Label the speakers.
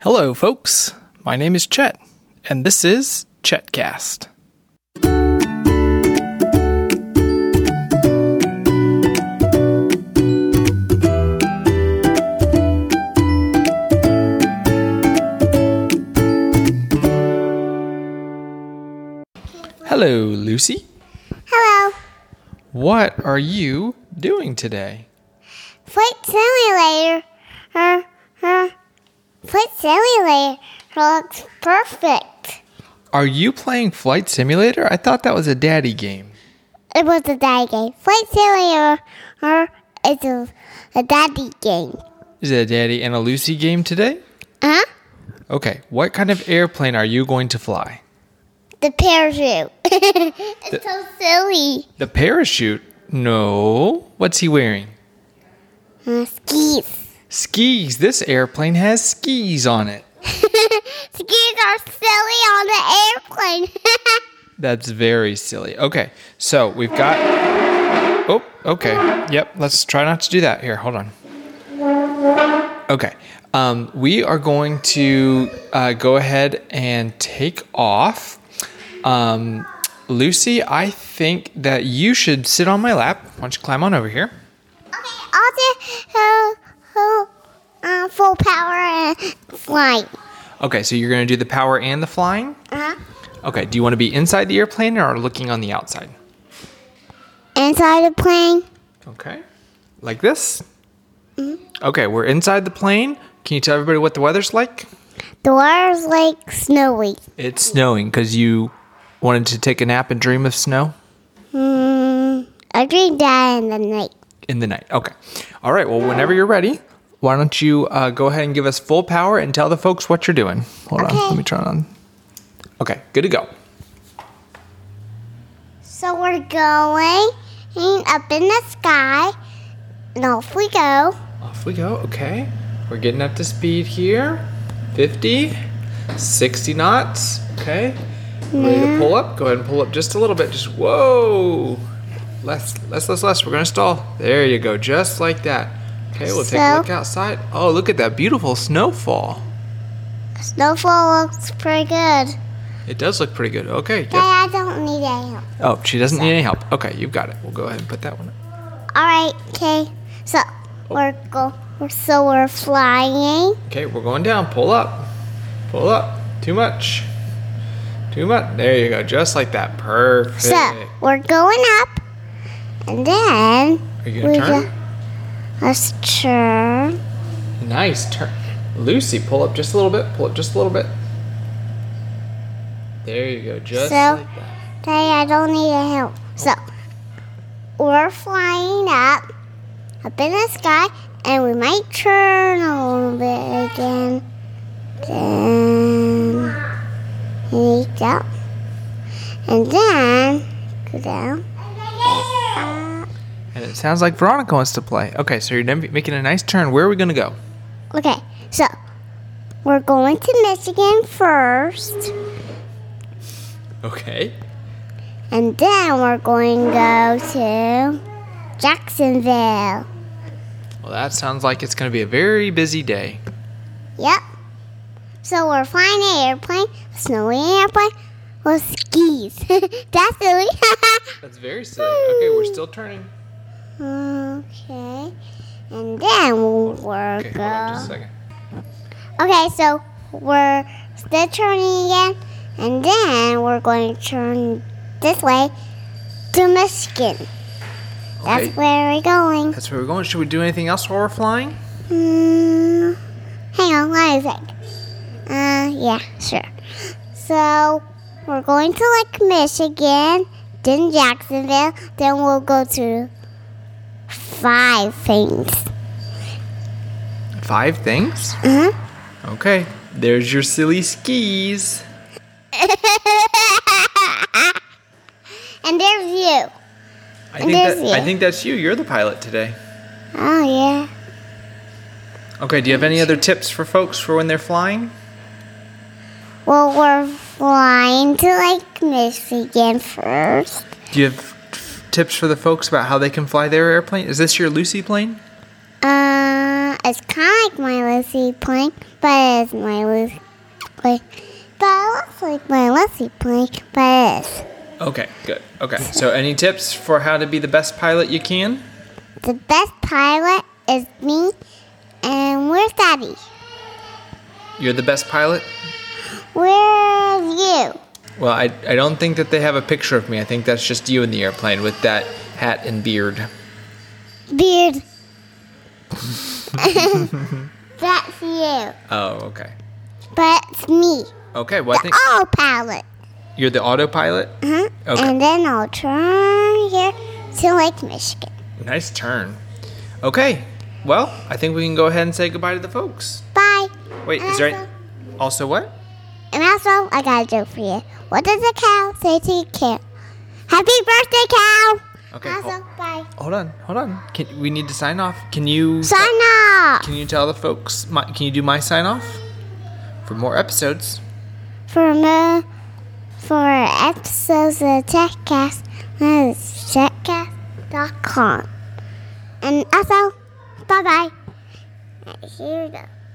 Speaker 1: Hello, folks. My name is Chet, and this is Chetcast. Hello, Lucy.
Speaker 2: Hello.
Speaker 1: What are you doing today?
Speaker 2: Flight simulator. Uh, uh, flight simulator looks perfect.
Speaker 1: Are you playing Flight Simulator? I thought that was a daddy game.
Speaker 2: It was a daddy game. Flight simulator uh, is a, a daddy game.
Speaker 1: Is it a daddy and a Lucy game today?
Speaker 2: Huh?
Speaker 1: Okay, what kind of airplane are you going to fly?
Speaker 2: The parachute. it's so silly.
Speaker 1: The parachute? No. What's he wearing?
Speaker 2: Uh, skis.
Speaker 1: Skis. This airplane has skis on it.
Speaker 2: skis are silly on the airplane.
Speaker 1: That's very silly. Okay, so we've got. Oh, okay. Yep, let's try not to do that. Here, hold on. Okay, um, we are going to uh, go ahead and take off. Um, Lucy, I think that you should sit on my lap. Why don't you climb on over here?
Speaker 2: okay, I'll just uh, uh, uh, full power and fly.
Speaker 1: Okay, so you're going to do the power and the flying?
Speaker 2: Uh-huh.
Speaker 1: Okay, do you want to be inside the airplane or looking on the outside?
Speaker 2: Inside the plane.
Speaker 1: Okay. Like this? Okay, we're inside the plane. Can you tell everybody what the weather's like?
Speaker 2: The water's like snowy.
Speaker 1: It's snowing because you wanted to take a nap and dream of snow
Speaker 2: Mm, I drink that in the night.
Speaker 1: in the night. Okay. All right, well, whenever you're ready, why don't you uh, go ahead and give us full power and tell the folks what you're doing? Hold on,
Speaker 2: Okay.
Speaker 1: let me turn on. Okay, good to go.
Speaker 2: So we're going up in the sky, and off we go.
Speaker 1: Off we go. Okay. We're getting up to speed here. 50, 60 knots. Okay. Ready to pull up? Go ahead and pull up just a little bit. Just whoa. Less, less, less, less. We're gonna stall. There you go. Just like that. Okay, we'll take a
Speaker 2: So-
Speaker 1: look outside. Oh, look at that beautiful snowfall.
Speaker 2: Snowfall looks pretty good.
Speaker 1: It does look pretty good. Okay. Yep.
Speaker 2: Dad, I don't need any help.
Speaker 1: Oh, she doesn't need any help. Okay, you've got it. We'll go ahead and put that one. up.
Speaker 2: All right, okay. So we're go. we're- So we're flying.
Speaker 1: Okay, we're going down. Pull up. Pull up. Too much. Too much. There you go. Just like that. Perfect.
Speaker 2: So we're going up, and then
Speaker 1: Are you gonna
Speaker 2: we
Speaker 1: turn?
Speaker 2: go- let's turn.
Speaker 1: Nice turn. Lucy, pull up just a little bit. Pull up just a little bit. There you go. Just
Speaker 2: So-
Speaker 1: like that.
Speaker 2: Daddy, I don't need any help. So, we're flying up, up in the sky, and we might turn a little bit again. Then, here you go. And then, go down. Up.
Speaker 1: And it sounds like Veronica wants to play. Okay, so you're dem- making a nice turn. Where are we going to go?
Speaker 2: Okay, so, we're going to Michigan first,
Speaker 1: Okay.
Speaker 2: and then we're going to go to Jacksonville.
Speaker 1: Well, that sounds like it's going to be a very busy day.
Speaker 2: Yep. So we're flying an airplane, a snowy airplane, with skis. That's silly.
Speaker 1: That's very silly. Okay, we're still turning.
Speaker 2: okay. And then we'll work
Speaker 1: Okay, hold on just a second.
Speaker 2: Okay, so we're still turning again, and then we're going to turn this way to Michigan. That's
Speaker 1: Okay.
Speaker 2: where we're going.
Speaker 1: That's where we're going. Should we do anything else while we're flying?
Speaker 2: Hmm. Hang on, let me think. Uh, yeah, sure. So we're going to like Michigan, then Jacksonville, then we'll go to five things.
Speaker 1: Five things?
Speaker 2: Uh-huh.
Speaker 1: Okay. There's your silly skis.
Speaker 2: and there's you.
Speaker 1: I think,
Speaker 2: There's
Speaker 1: that, I
Speaker 2: you.
Speaker 1: think that's you. You're the pilot today.
Speaker 2: Oh yeah.
Speaker 1: Okay, do you have any other tips for folks for when they're flying?
Speaker 2: Well, we're flying to like Michigan first.
Speaker 1: Do you have tips for the folks about how they can fly their airplane? Is this your Lucy plane?
Speaker 2: Uh, It's kind of like my Lucy playing, but it's my Lucy play. But it looks like my Lucy playing, but it's
Speaker 1: Okay, good. Okay. So, any tips for how to be the best pilot you can?
Speaker 2: the best pilot is me, and where's Daddy?
Speaker 1: You're the best pilot?
Speaker 2: Where's you?
Speaker 1: Well, I, I don't think that they have a picture of me. I think that's just you in the airplane with that hat and beard.
Speaker 2: Beard. That's you,
Speaker 1: Oh, okay.
Speaker 2: but it's me,
Speaker 1: Okay, well, I think
Speaker 2: all pilot.
Speaker 1: you're the autopilot.
Speaker 2: Huh?
Speaker 1: Okay.
Speaker 2: And then I'll turn here to Lake Michigan.
Speaker 1: Nice turn. Okay, well, I think we can go ahead and say goodbye to the folks.
Speaker 2: Bye.
Speaker 1: Wait, is there any- also what?
Speaker 2: And also, I got a joke for you. What does a cow say to your cow? Happy birthday, cow!
Speaker 1: Okay,
Speaker 2: Also,
Speaker 1: hol-
Speaker 2: bye.
Speaker 1: hold on, hold on. Can, we need to sign off. Can you
Speaker 2: Sign off
Speaker 1: can you tell the folks? My, can you do my sign off for more episodes?
Speaker 2: for more for episodes of TechCast. That is techcast.com. And also, bye bye. Here we go.